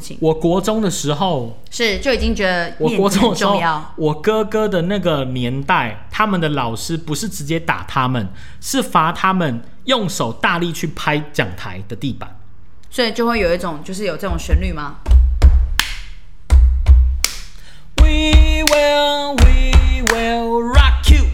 事情？我国中的时候，是就已经觉得我面国子中很的时重候要，，我哥哥的那个年代，他们的老师不是直接打他们，是罚他们用手大力去拍讲台的地板。所以就会有一种就是有这种旋律 吗？ We will, we will rock you。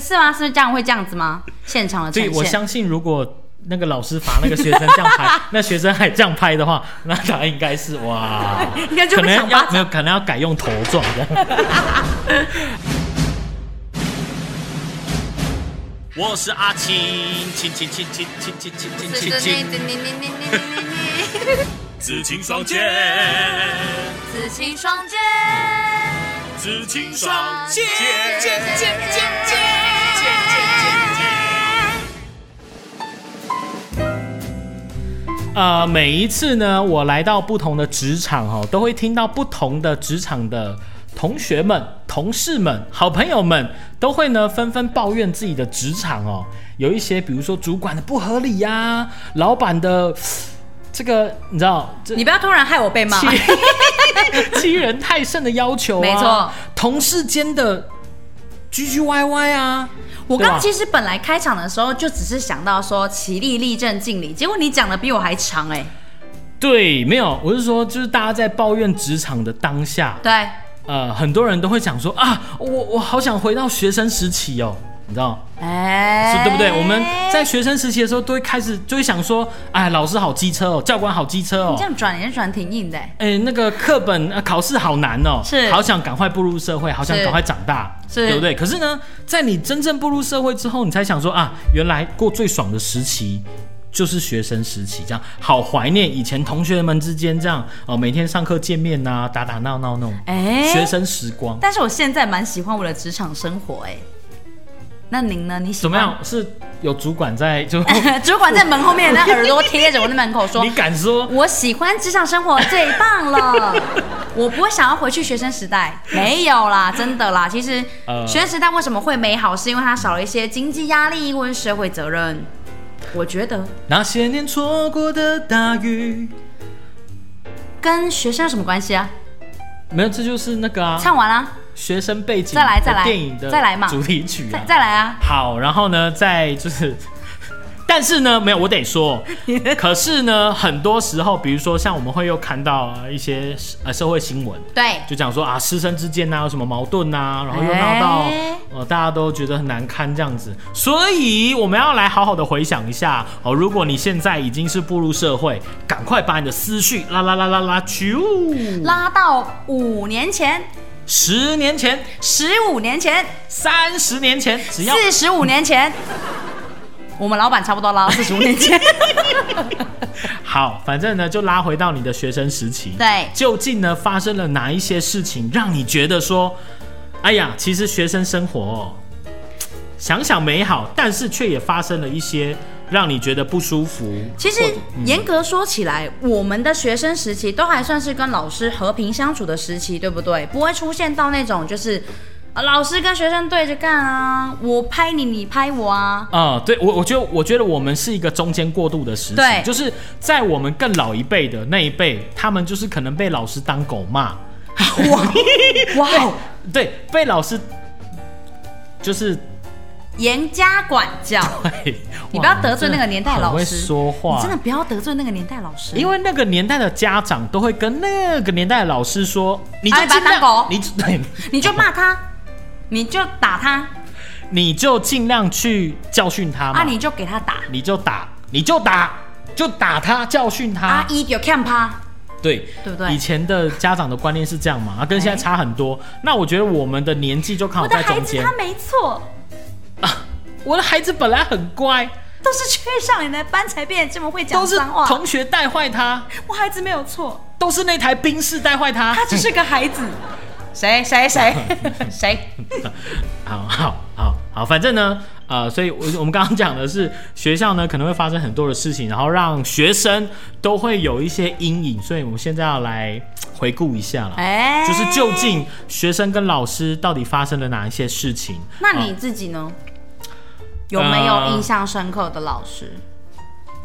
是吗？是不是这样会这样子吗？现场的所以呈我现，相信，如果那个老师罚那个学生这样拍， 那学生还这样拍的话，那答案应该是哇，应该就可会能想巴要掌没有，可能要改用头撞这样。我是阿青，青青青青青青青青青青，紫青双剑，紫青双剑，紫青双剑，剑剑剑剑剑呃，每一次呢，我来到不同的职场哦，都会听到不同的职场的同学们、同事们、好朋友们，都会呢纷纷抱怨自己的职场哦，有一些比如说主管的不合理呀、啊老板的呃这个你知道这你不要突然害我被骂。哎欺欺人太甚的要求、啊，没错，同事间的唧唧歪歪啊， 我对刚吧其实本来开场的时候就只是想到说起立立正敬礼，结果你讲的比我还长哎、对，没有，我是说，就是大家在抱怨职场的当下，对，呃，很多人都会想说啊，我我好想回到学生时期哦，你知道哎、是对不对？我们在学生时期的时候，都会开始就会想说，哎，老师好机车哦，教官好机车你哦这，样转也是转挺硬的、欸，哎，那个课本、呃、考试好难哦，是好想赶快步入社会，好想是赶快长大，是对不对？可是呢，在你真正步入社会之后，你才想说啊，原来过最爽的时期。就是学生时期，这样好怀念以前同学们之间这样哦，每天上课见面呐、打打闹闹那种哎、学生时光。但是我现在蛮喜欢我的职场生活哎、那您呢？你喜怎欢么样？是有主管在， 就主管在门后面，那耳朵贴着我的门口说 你敢：“说？我喜欢职场生活，最 棒了。”我不会想要回去学生时代，没有啦，真的啦。其实呃学生时代为什么会美好，是因为它少了一些经济压力或是社会责任。我觉得那些年错过的大雨，跟学生有什么关系啊？没有，这就是那个啊，唱完啦，学生背景再来再来的电影的再来嘛主题曲再啊。再来啊！好，然后呢，再就是。 但是呢，没有，我得 说，可是呢，很多时候，比如说像我们会又看到呃一些呃社会新闻，对，就讲说啊，师生之间呐、有什么矛盾呐、然后又闹到、哎呃大家都觉得很难堪这样子，所以我们要来好好的回想一下哦。如果你现在已经是步入社会，赶快把你的思绪啦啦啦啦啦去嗯拉到五年前、十年前、十五年前、三十年前，只要四十五 年前，我们老板差不多拉到四十五年前。好，反正呢就拉回到你的学生时期。对究竟呢发生了哪一些事情，让你觉得说，哎呀，其实学生生活、哦、想想美好，但是却也发生了一些让你觉得不舒服。其实或者嗯严格说起来，我们的学生时期都还算是跟老师和平相处的时期，对不对？不会出现到那种就是。呃老师跟学生对着干啊，我拍你，你拍 我啊，啊、对我，我觉得，我觉得我们是一个中间过渡的时期对，就是在我们更老一辈的那一辈，他们就是可能被老师当狗骂，哇哦，对，被老师就是 严加管教，嘿，你哇不要得罪那个年代真的很老会师，说话，你真的不要得罪那个年代老师，因为为那个年代的家长都会跟那个年代的老师说，你就哎把尽他量当狗，你就 对，你就骂他，你就打他你就尽量去教训他嘛，啊，你就给他打你就打，你就打，就打他，教训他。啊，一就看他，对，对不对哎以前的家长的观念是这样嘛，啊，跟现在差很多。那我觉得我们的年纪就刚好我的哦在孩中子间啊他。没错， 我的孩子本来很乖，都是缺少你的班才变得这么会讲都是脏话，同学带坏他，我孩子没有错。 都是那台冰室带坏他。他只是个 孩子。谁谁 谁谁？好好好好，反正呢，呃，所以我我们刚刚讲的是学校呢可能会发生很多的事情，然后让学生都会有一些阴影，所以我们现在要来嘖回顾一下了，哎就是究竟学生跟老师到底发生了哪一些事情？哦呃那你自己呢？有没有印象深刻的老师？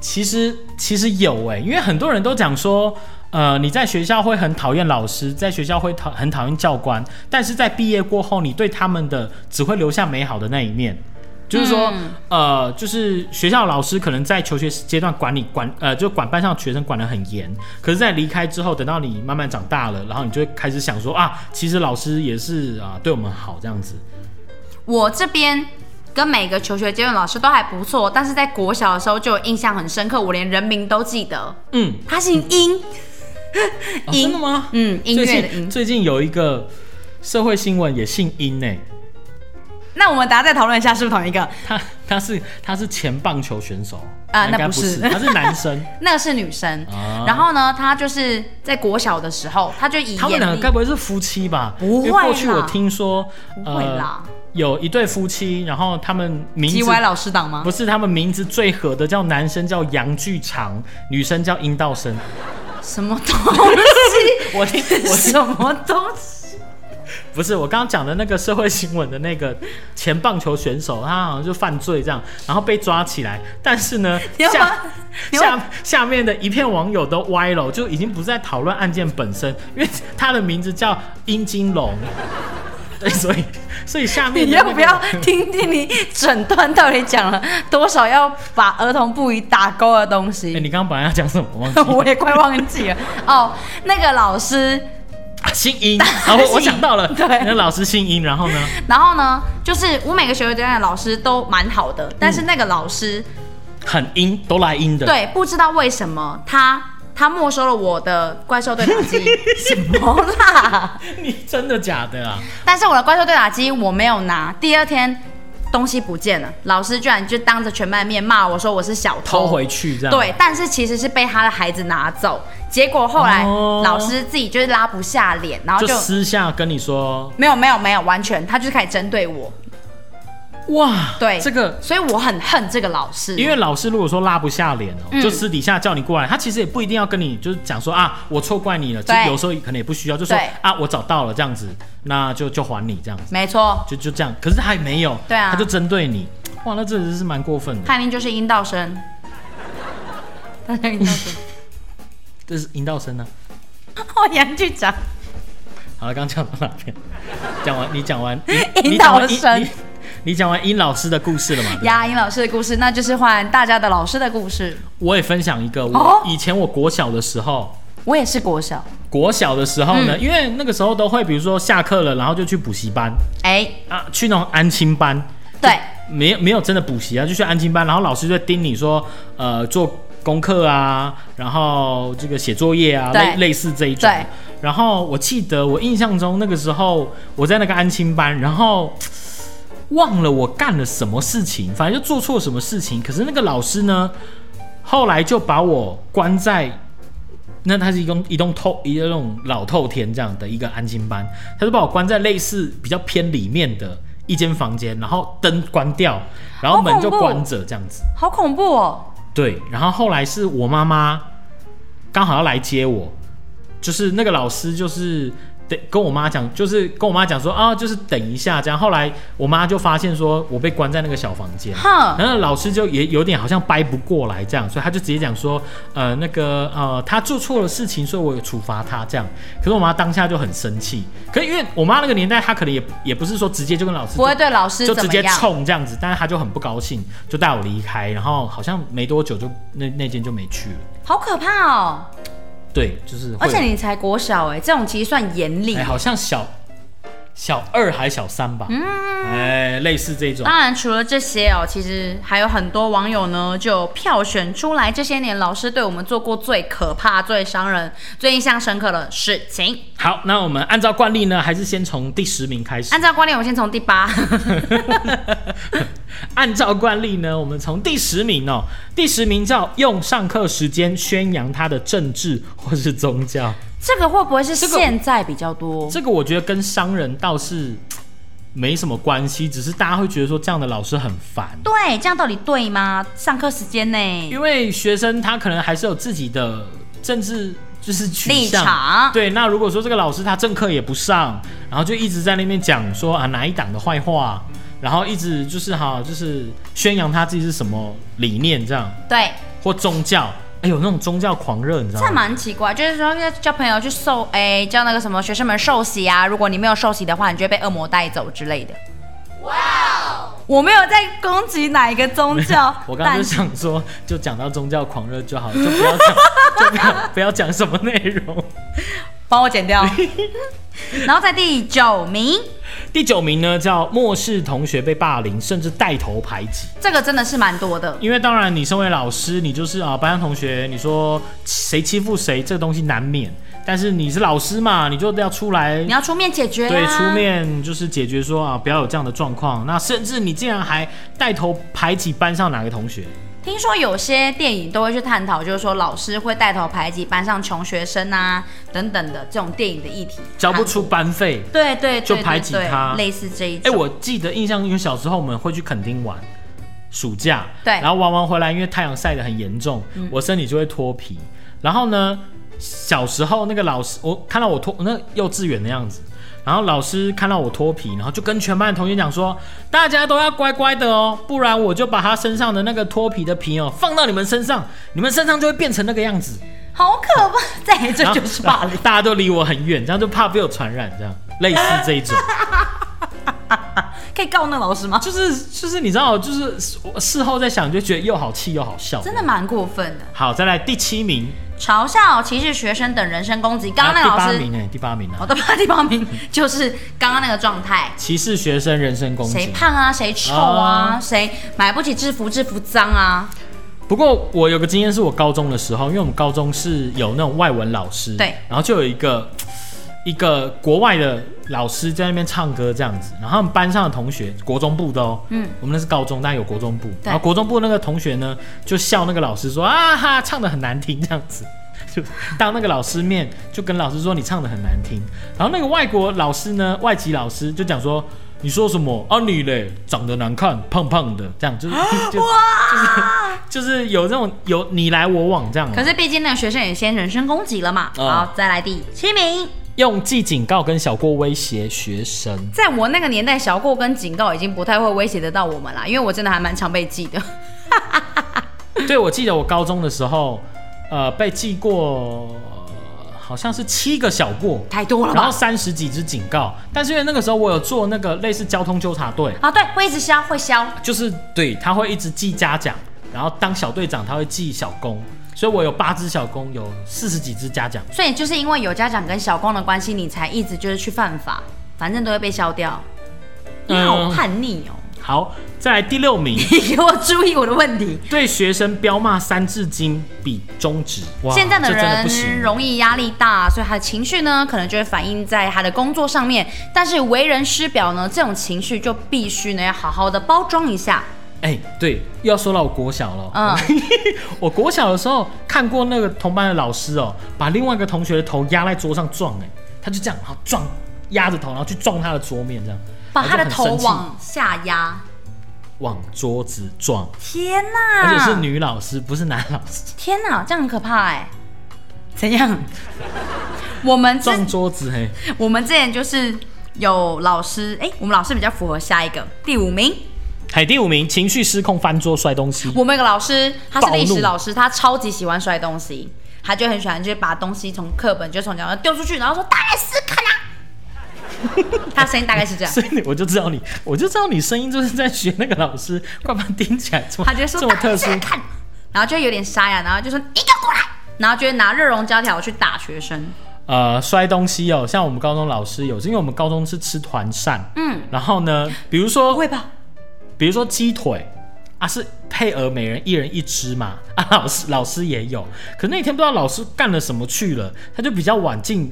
其实其实有哎、因为很多人都讲说，呃，你在学校会很讨厌老师，在学校会讨很讨厌教官，但是在毕业过后，你对他们的只会留下美好的那一面。就是说，嗯呃，就是学校老师可能在求学阶段管你管，呃，就管班上的学生管得很严。可是，在离开之后，等到你慢慢长大了，然后你就会开始想说啊，其实老师也是啊、对我们好这样子。我这边跟每个求学阶段老师都还不错，但是在国小的时候就有印象很深刻，我连人名都记得。嗯，他姓殷，哦音真的吗？嗯，音最乐的近音。最近有一个社会新闻也欸姓殷呢、那我们大家再讨论一下是不是同一个？他他是他是前棒球选手啊应该那不不是他是男 生。那个是女生。啊然后呢，她就是在国小的时候，她就以他们两眼个力该不会是夫妻吧？不会啦因为过去我听说，不会啦，有一对夫妻，然后他们呃名叽字歪老师党吗不？是他们名字最合的，叫男生叫杨巨长，女生叫殷道生。什么东西？我听 我听什么东西？不是我刚刚讲的那个社会新闻的那个前棒球选手，他好像就犯罪这样，然后被抓起来，但是呢，你要下把你要下下面的一片网友都歪了，就已经不再讨论案件本身，因为他的名字叫殷金龙， 对，所以所以下面你的要那不个哎要听听你整段到底讲了多少要把儿童不宜打勾的东哎、西？你刚刚本来要讲什么？我忘记 我也快忘记了哦。那个老师，啊姓殷，啊，我我想到了，对那老师姓殷，然后呢，然后呢，就是我每个学校阶段的老师都蛮好的，但是那个老师、很殷，都来殷的，对不知道为什么他他没收了我的怪兽对打机， 什么啦？你真的假的啊？但是我的怪兽对打机我没有拿，第二天东西不见了，老师居然就当着全班面骂我说我是小偷，啊偷回去这样，对，但是其实是被他的孩子拿走，结果后来哦老师自己就是拉不下脸，然后就就私下跟你说，没有没有没有，完全他就是开始针对我，哇，对这个。所以我很恨这个老师，因为老师如果说拉不下脸哦、嗯就私底下叫你过来，他其实也不一定要跟你就是讲说啊，我错怪你了，就对有时候可能也不需要，就说对啊，我找到了这样子，那就就还你这样子，没错，就就这样。可是他也没有，对啊他就针对你，哇，那真的是蛮过分的。他一定就是阴道 声，大家阴道 声，这是阴道声呢、哦，杨局长，啊好了，刚讲到哪边？ 讲完，你讲完阴你讲完道阴声你你讲完殷老师的故事了吗？牙龈老师的故事，那就是换大家的老师的故事，我也分享一个，我哦以前我国小的时候，我也是国小，国小的时候呢，嗯因为那个时候都会，比如说下课了，然后就去补习班哎、啊，去那种安亲班，对，没有没有真的补习啊，就去安亲班，然后老师就会叮你说，呃，做功课啊，然后这个写作业啊，对类类似这一种对。然后我记得我印象中那个时候我在那个安亲班，然后忘了我干了什么事情，反正就做错什么事情。可是那个老师呢，后来就把我关在。那它是一栋一栋透一栋老透天这样的一个安亲班，他就把我关在类似比较偏里面的一间房间，然后灯关掉，然后好恐门就怖关着这样子。好恐怖哦，对，然后后来是我妈妈刚好要来接我，就是那个老师就是得跟我妈讲，就是跟我妈讲说啊，就是等一下这样。后来我妈就发现说我被关在那个小房间，哼，然后老师就也有点好像掰不过来这样，所以他就直接讲说，呃，那个呃，他做错了事情，所以我有处罚他这样。可是我妈当下就很生气，可是因为我妈那个年代，她可能也也不是说直接就跟老师不会对老师就怎直么接样，冲这样子，但是她就很不高兴，就带我离开，然后好像没多久就那那间就没去了。好可怕哦。对，就是会而且你才国小哎、这种其实算严厉。哎、好像小小二还小三吧，嗯哎、类似这种。当然，除了这些哦，其实还有很多网友呢，就票选出来这些年老师对我们做过最可怕、最伤人、最印象深刻的事情。好，那我们按照惯例呢，还是先从第十名开始。按照惯例，我们先从第 八，按照惯例呢，我们从第十名哦，第十名叫用上课时间宣扬他的政治或是宗教，这个会不会是这个现在比较多？这个我觉得跟商人倒是没什么关系，只是大家会觉得说这样的老师很烦。对，这样到底对吗？上课时间呢？因为学生他可能还是有自己的政治就是取立向场对，那如果说这个老师他政课也不上，然后就一直在那边讲说啊哪一党的坏话，然后一直就是哈、就是宣扬他自己是什么理念这样，对，或宗教，哎呦那种宗教狂热，你知道这吗？蛮奇怪，就是说要叫朋友去受，哎、叫那个什么学生们受洗啊。如果你没有受洗的话，你就会被恶魔带走之类的。哇！我没有在攻击哪一个宗教 ，我刚刚就但想说，就讲到宗教狂热就好，就不要讲， 就不要不要讲什么内容。帮我 剪掉。然后在第九名，第九名呢叫漠视同学被霸凌，甚至带头排挤。这个真的是蛮多的。因为当然，你身为老师，你就是啊班上同学，你说谁欺负谁，这个东西难免。但是你是老师嘛，你就要出来你要出面解决、啊，对，出面就是解决说啊，不要有这样的状况。那甚至你竟然还带头排挤班上哪个同学，听说有些电影都会去探讨，就是说老师会带头排挤班上穷学生啊等等的这种电影的议题，交不出班费。对对对就对排挤对他类似这一哎、种。我记得印象，因为小时候我们会去垦丁玩，暑假，对嗯然后玩完回来，因为太阳晒得很严重，我身体就会脱皮。然后呢，小时候那个老师，我看到我脱那幼稚园的样子，然后老师看到我脱皮，然后就跟全班的同学讲说，大家都要乖乖的哦，不然我就把他身上的那个脱皮的皮哦放到你们身上，你们身上就会变成那个样子。好可怕！ 再 这然后就是霸凌，大家都离我很远，这样就怕被我传染，这样类似这一种。 可以告那老师吗？就是就是你知道，就是我事后再想就觉得又好气又好笑。真的蛮过分的，好，再来第七名，嘲笑、歧视学生等人身攻击。刚刚那个啊、第老八师，哦名哎、第八名啊我，的八第八 名就是刚刚那个状态，歧视学生人身攻谁击。胖啊，谁臭啊，谁买不起制服，制服脏啊，不过我有个经验，是我高中的时候，因为我们高中是有那种外文老师，对，然后就有一个一个国外的老师在那边唱歌这样子，然后他们班上的同学，国中部的哦，嗯，我们那是高中，但有国中部，对然后国中部那个同学呢，就笑那个老师说啊哈，唱的很难听这样子。就当那个老师面就跟老师说你唱的很难听，然后那个外国老师呢，外籍老师就讲说你说什么啊你嘞长得难看胖胖的这样就是就就是有这种有你来我往这样啊、可是毕竟那个学生也先人身攻击了嘛。嗯好，再来第七名。用记警告跟小过威胁学生。在我那个年代，小过跟警告已经不太会威胁得到我们啦，因为我真的还蛮常被记的。对，我记得我高中的时候，呃，被记过，呃好像是七个小过， 太多了吧然后三十几只警告。但是因为那个时候我有做那个类似交通纠察队，啊，对，会一直消，会消。就是对他会一直记嘉奖，然后当小队长他会记小工，所以我有八只小工，有四十几只嘉奖。所以就是因为有家长跟小光的关系，你才一直就是去犯法，反正都会被消掉。你好嗯叛逆哦！ 好，再来第六名，你给我注意我的问题。对学生彪骂三字经比中指。哇现在的这真的不行人容易压力大，所以他的情绪呢，可能就会反映在他的工作上面。但是为人师表呢，这种情绪就必须呢要好好的包装一下。哎、对，又要说到我国小了。嗯 我国小的时候看过那个同班的老师哦，把另外一个同学的头压在桌上撞、哎，他就这样，然后撞，压着头，然后去撞他的桌面，这样，把他的然后就很头生气往下压，往桌子撞，天哪！而且是女老师，不是男老师，天哪，这样很可怕哎、怎样？我们之撞桌子、嘿，我们之前就是有老师，哎、我们老师比较符合下一个第五名。海第五名，情绪失控，翻桌摔东西。我们有个老师，他是暴怒历史老师，他超级喜欢摔东西，他就很喜欢就是把东西从课本就从讲台丢出去，然后说大概是看啊，他声音大概是这样。 所以你我就知道你，我就知道你声音就是在学那个老师，快把它盯起来，这么他就会说这么特殊大家来看，然后就有点沙哑，然后就说你给我过来，然后就会拿热熔胶条去打学生。呃，摔东西哦，像我们高中老师有，因为我们高中是吃团扇，嗯，然后呢，比如不说，会吧？比如说鸡腿啊，是配额每人一人一只嘛， 啊，老师老师也有，可那天不知道老师干了什么去了，他就比较晚进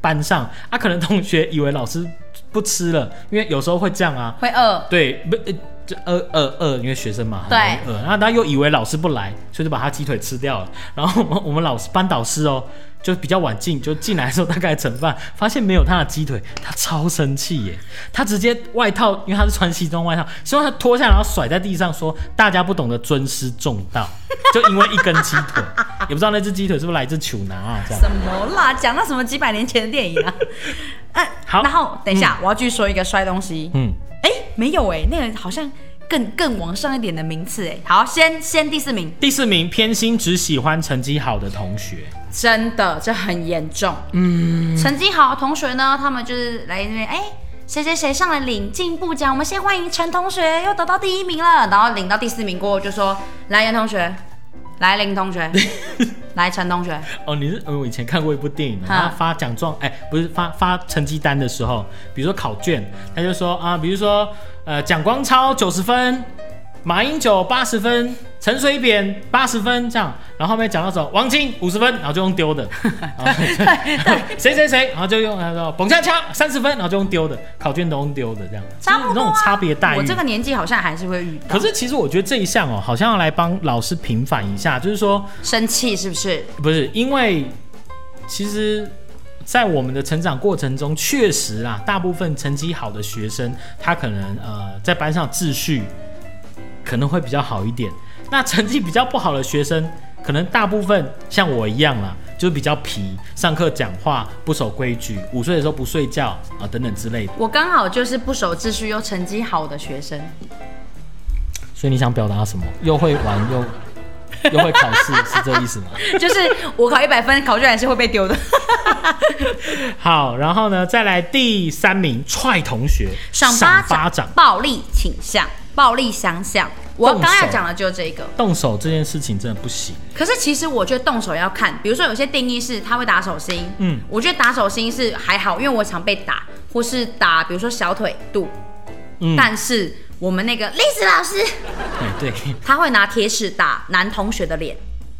班上，啊，可能同学以为老师不吃了，因为有时候会这样啊，会饿？对，不，呃这饿饿饿，因为学生嘛，很容易对饿，然后他又以为老师不来，所以就把他鸡腿吃掉了。然后我们我们老师班导师哦，就比较晚进，就进来的时候大概盛饭，发现没有他的鸡腿，他超生气耶，他直接外套，因为他是穿西装外套，希望他脱下来然后甩在地上说，大家不懂得尊师重道， 就因为一根鸡腿，也不知道那只鸡腿是不是来自丘南啊这样。什么啦？讲到什么几百年前的电影 啊？嗯、好然后等一下，我要继续说一个摔东西。嗯，哎、没有哎、那个好像更更往上一点的名次哎。好，先先第四名，第四名，偏心只喜欢成绩好的同学。真的这很严重。嗯，成绩好的同学呢，他们就是来那边哎。谁谁谁上了领进步奖，我们先欢迎陈同学又得到第一名了，然后领到第四名过后就说：“来严 同学，来林同学，来陈同学，哦，你是嗯，我以前看过一部电影，哈他发奖状，哎、不是发发成绩单的时候，比如说考卷，他就说啊，比如说呃，蒋光超九十分，马英九八十分，陈水扁八十分这样，然后后面讲到什么王晶五十分，然后就用丢 的，然后谁谁谁，然后就用他说彭恰恰三十分，然后就用丢的，考卷都用丢的这样，差不就是多、那啊。种”差别待遇。我这个年纪好像还是会遇到可。是其实我觉得这一项哦，好像要来帮老师平反一下，就是说。生气是不是？不是，因为其实，在我们的成长过程中，确实啊，大部分成绩好的学生，他可能呃在班上秩序可能会比较好一点。那成绩比较不好的学生，可能大部分像我一样啦，就是比较皮，上课讲话不守规矩，午睡的时候不睡觉啊、等等之类的。我刚好就是不守秩序又成绩好的学生， 所以你想表达什么？又会玩又。又 会考试，是这意思吗？就是我考一百分，考卷还是会被 丢的。好，然后呢，再来第三名，踹同学，赏巴巴掌，掌，暴力倾向，暴力相向。我动刚刚手要讲的就是这个。动手这件事情真的不行。可是其实我觉得动手要看，比如说有些定义是他会打手心，嗯嗯，我觉得打手心是还好，因为我常被打，或是打比如说小腿肚，嗯但是我们那个历史老师哎，对他会拿铁尺打男同学的脸，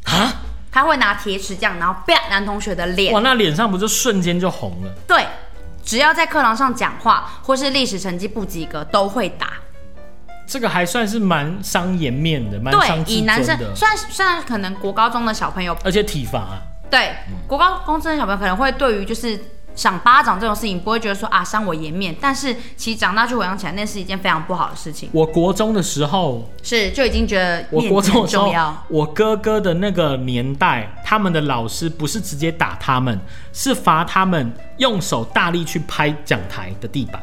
啊，他会拿铁尺这样，然后啪男同学的脸哇，，那脸上不就瞬间就红了？对，只要在课堂上讲话或是历史成绩不及格，都会打。这个还算是蛮伤颜面的，蛮伤对，自以男尊生的，虽然虽然可能国高中的小朋友，而且体罚、啊，对国高中生的小朋友可能会对于就是赏巴掌这种事情不会觉得说啊伤我颜面，但是其实长大去回想起来，那是一件非常不好的事情，我国中的时候，是就已经觉得我面国子中很的时候重要。，我哥哥的那个年代，他们的老师不是直接打他们，是罚他们用手大力去拍讲台的地板。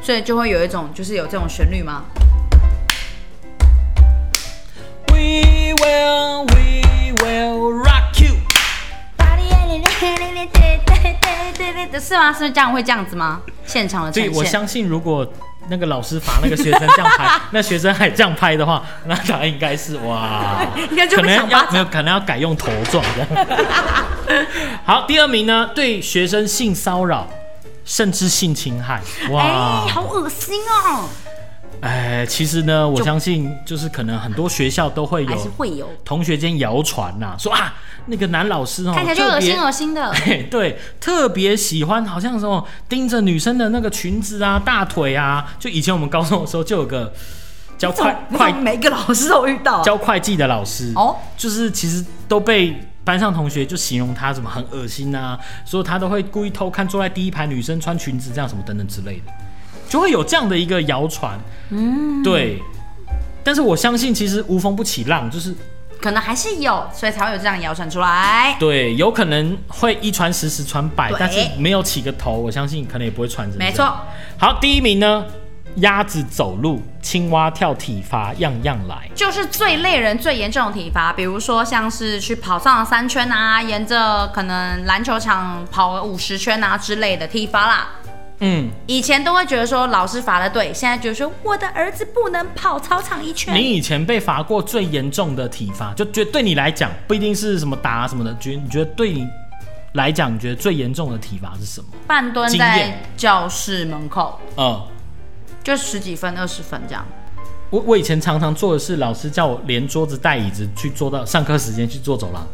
所以就会有一种就是有这种旋律吗？ We will, we will rock you。是吗？是不是这样会这样子吗？现场的呈对，现，我相信如果那个老师罚那个学生这样 拍，那学生还这样拍的话， 那他应该是哇，应 该就可会能赏巴要掌没。有可能要改用头撞这样。 好，第二名呢，对学生性骚扰甚至性侵害，哇哎，，好恶心哦！哎、其实呢，我相信就是可能很多学校都会还有是哦会有，同学间谣传呐，说啊那个男老师哦，看起来就特恶别心恶心的。嘿 对，特别喜欢好像什么盯着女生的那个裙子啊、大腿啊，就以前我们高中的时候就有个教会你怎么会每个老师都遇到啊教会计的老师哦，就是其实都被班上同学就形容他什么很恶心啊，所以他都会故意偷看坐在第一排女生穿裙子这样什么等等之类的，就会有这样的一个谣传。嗯，对。但是我相信，其实无风不起浪，就是可能还是有，所以才会有这样谣传出来。对，有可能会一传十，十传百对，但是没有起个头，我相信可能也不会传成这样没错，好，第一名呢，鸭子走路，青蛙跳体罚，样样来。就是最累人、最严重的体罚，比如说像是去跑上了三圈啊，沿着可能篮球场跑个五十圈啊之类的体罚啦。嗯，以前都会觉得说老师罚的对，现在觉得说我的儿子不能跑操场一你圈。以前被罚过最严重的体罚，就觉得对你来讲不一定是什么打啊什么的，觉你觉得对你来讲，你觉得最严重的体罚是什么？半蹲经在验教室门口，呃，就十几分、二十分这样。我我以前常常做的是，老师叫我连桌子带椅子去坐到上课时间去坐走廊，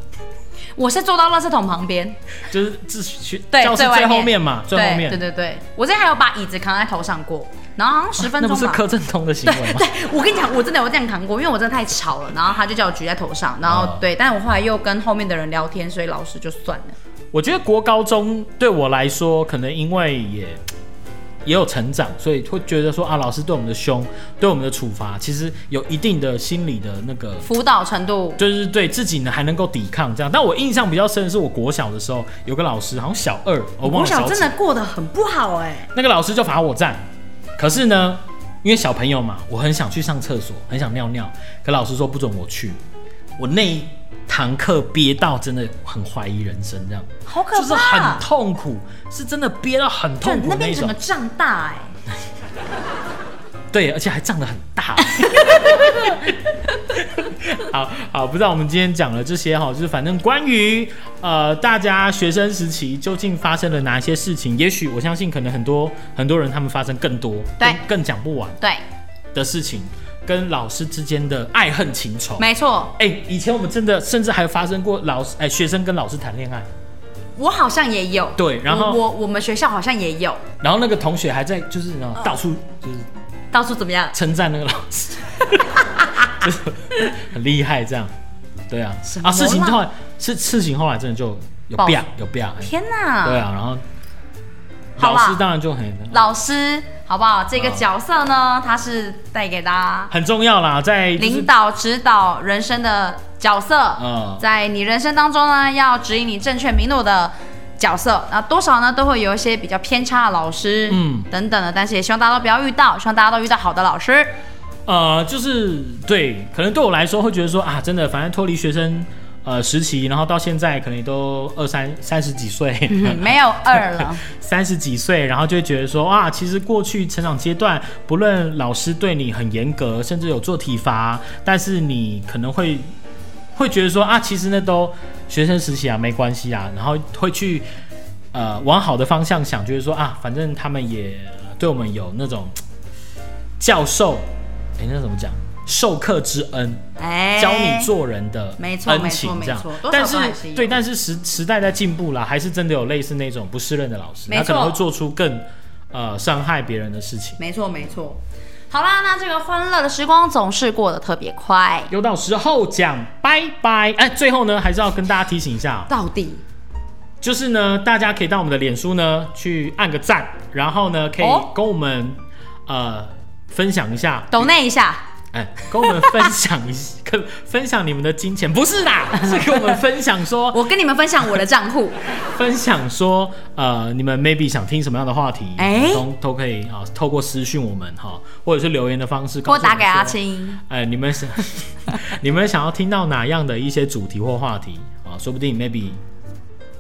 我是坐到垃圾桶旁边，就是自学对教室最外最后面面嘛，最后面对。对对对，我之前还有把椅子扛在头上过，然后好像十分那钟不吧。是柯震东的行为吗？ 对，我跟你讲，我真的有这样扛过，因为我真的太吵了，然后他就叫我举在头上，然后、哦对，但我后来又跟后面的人聊天，所以老师就算了。我觉得国高中对我来说，可能因为也也有成长，所以会觉得说啊，老师对我们的凶，对我们的处罚，其实有一定的心理的那个，辅导程度就是对自己呢还能够抵抗这样。但我印象比较深的是，我国小的时候有个老师，好像小二，我忘国了小小真几，的过得很不好哎、那个老师就罚我站，可是呢，因因为小朋友嘛，我很想去上厕所，很想尿尿，可老师说不准我去。我那一堂课憋到真的很怀疑人生，这样好可怕，就是很痛苦，是真的憋到很就痛苦那那边整种个。胀大哎、对，而且还胀得很大。 好好，不知道我们今天讲了这些哈，就是反正关于呃大家学生时期究竟发生了哪些事情，也许我相信可能很多很多人他们发生更多，对更更讲不完对，的事情，跟老师之间的爱恨情仇。没错，哎、以前我们真的甚至还有发生过老师哎、学生跟老师谈恋爱，我好像也有。对然后我我我们学校好像也有，然后那个同学还在就是你知道嗯到处就是到处怎么样？称赞那个老 师，就是很厉害这样。对啊什，么啊，事情啦后来事事情后来真的就有爆变有变，哎天哪！对啊，然后好老啦师当然就很老师好不好？这个啊角色呢，他是带给大家很重要啦，在就是领导、指导人生的角色，嗯在你人生当中呢，要指引你正确明路的。角色那多少呢，都会有一些比较偏差的老师，嗯嗯，等等的，但是也希望大家都不要遇到，希望大家都遇到好的老师。呃，就是对，可能对我来说会觉得说啊，真的，反正脱离学生呃时期，然后到现在可能也都二三三十几岁，嗯， 没有二 了，三十几岁，然后就会觉得说，哇，其实过去成长阶段，不论老师对你很严格，甚至有做体罚，但是你可能会会觉得说，啊，其实那都学生时期啊，没关系啊，然后会去呃往好的方向想，就是说啊，反正他们也呃对我们有那种教授，哎，那怎么讲？授课之恩，哎，教你做人的没错恩情没错这样没错。多少但都还是是有对，但是时时代在进步啦，还是真的有类似那种不适任的老师，没他可能错会做出更呃伤害别人的事情。没错没错。好啦，那这个欢乐的时光总是过得特别快。又到时候讲拜拜，哎，最后呢还是要跟大家提醒一下哦，到底就是呢大家可以到我们的脸书呢去按个赞，然后呢可以哦跟我们、呃分享一下，抖那一下，哎，跟我们分享一跟分享你们的金钱，不是啦，是跟我们分享说我跟你们分享我的账 户。分享说，呃，你们 maybe 想听什么样的话题，哎都都可以啊、透过私讯我们哈、或者是留言的方式，拨打给阿青。青。哎、你们想， 你们想要听到哪样的一些主题或话题啊、说不定 maybe，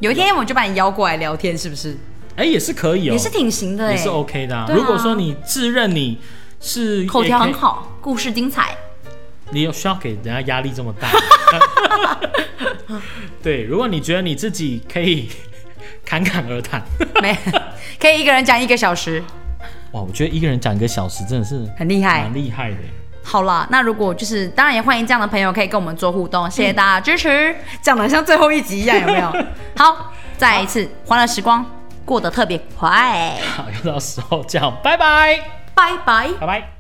有一天我就把你邀过来聊天，是不是？哎、也是可以哦，也是挺行的哎、也是 OK 的、啊对啊如果说你自认你是口条很也可以，好，故事精彩。你有需要给人家压力这么大？对，如果你觉得你自己可以 侃侃而谈， 没，可以一个人讲一个小时，哇，我觉得一个人讲一个小时真的是很厉害蛮。厉害的耶。好啦，那如果就是，当然也欢迎这样的朋友可以跟我们做互动，谢谢大家支持。 讲的像最后一集一样，有 没有？好，再一次，欢乐时光过得特别快，好，又到时候讲，拜拜，拜拜。拜拜。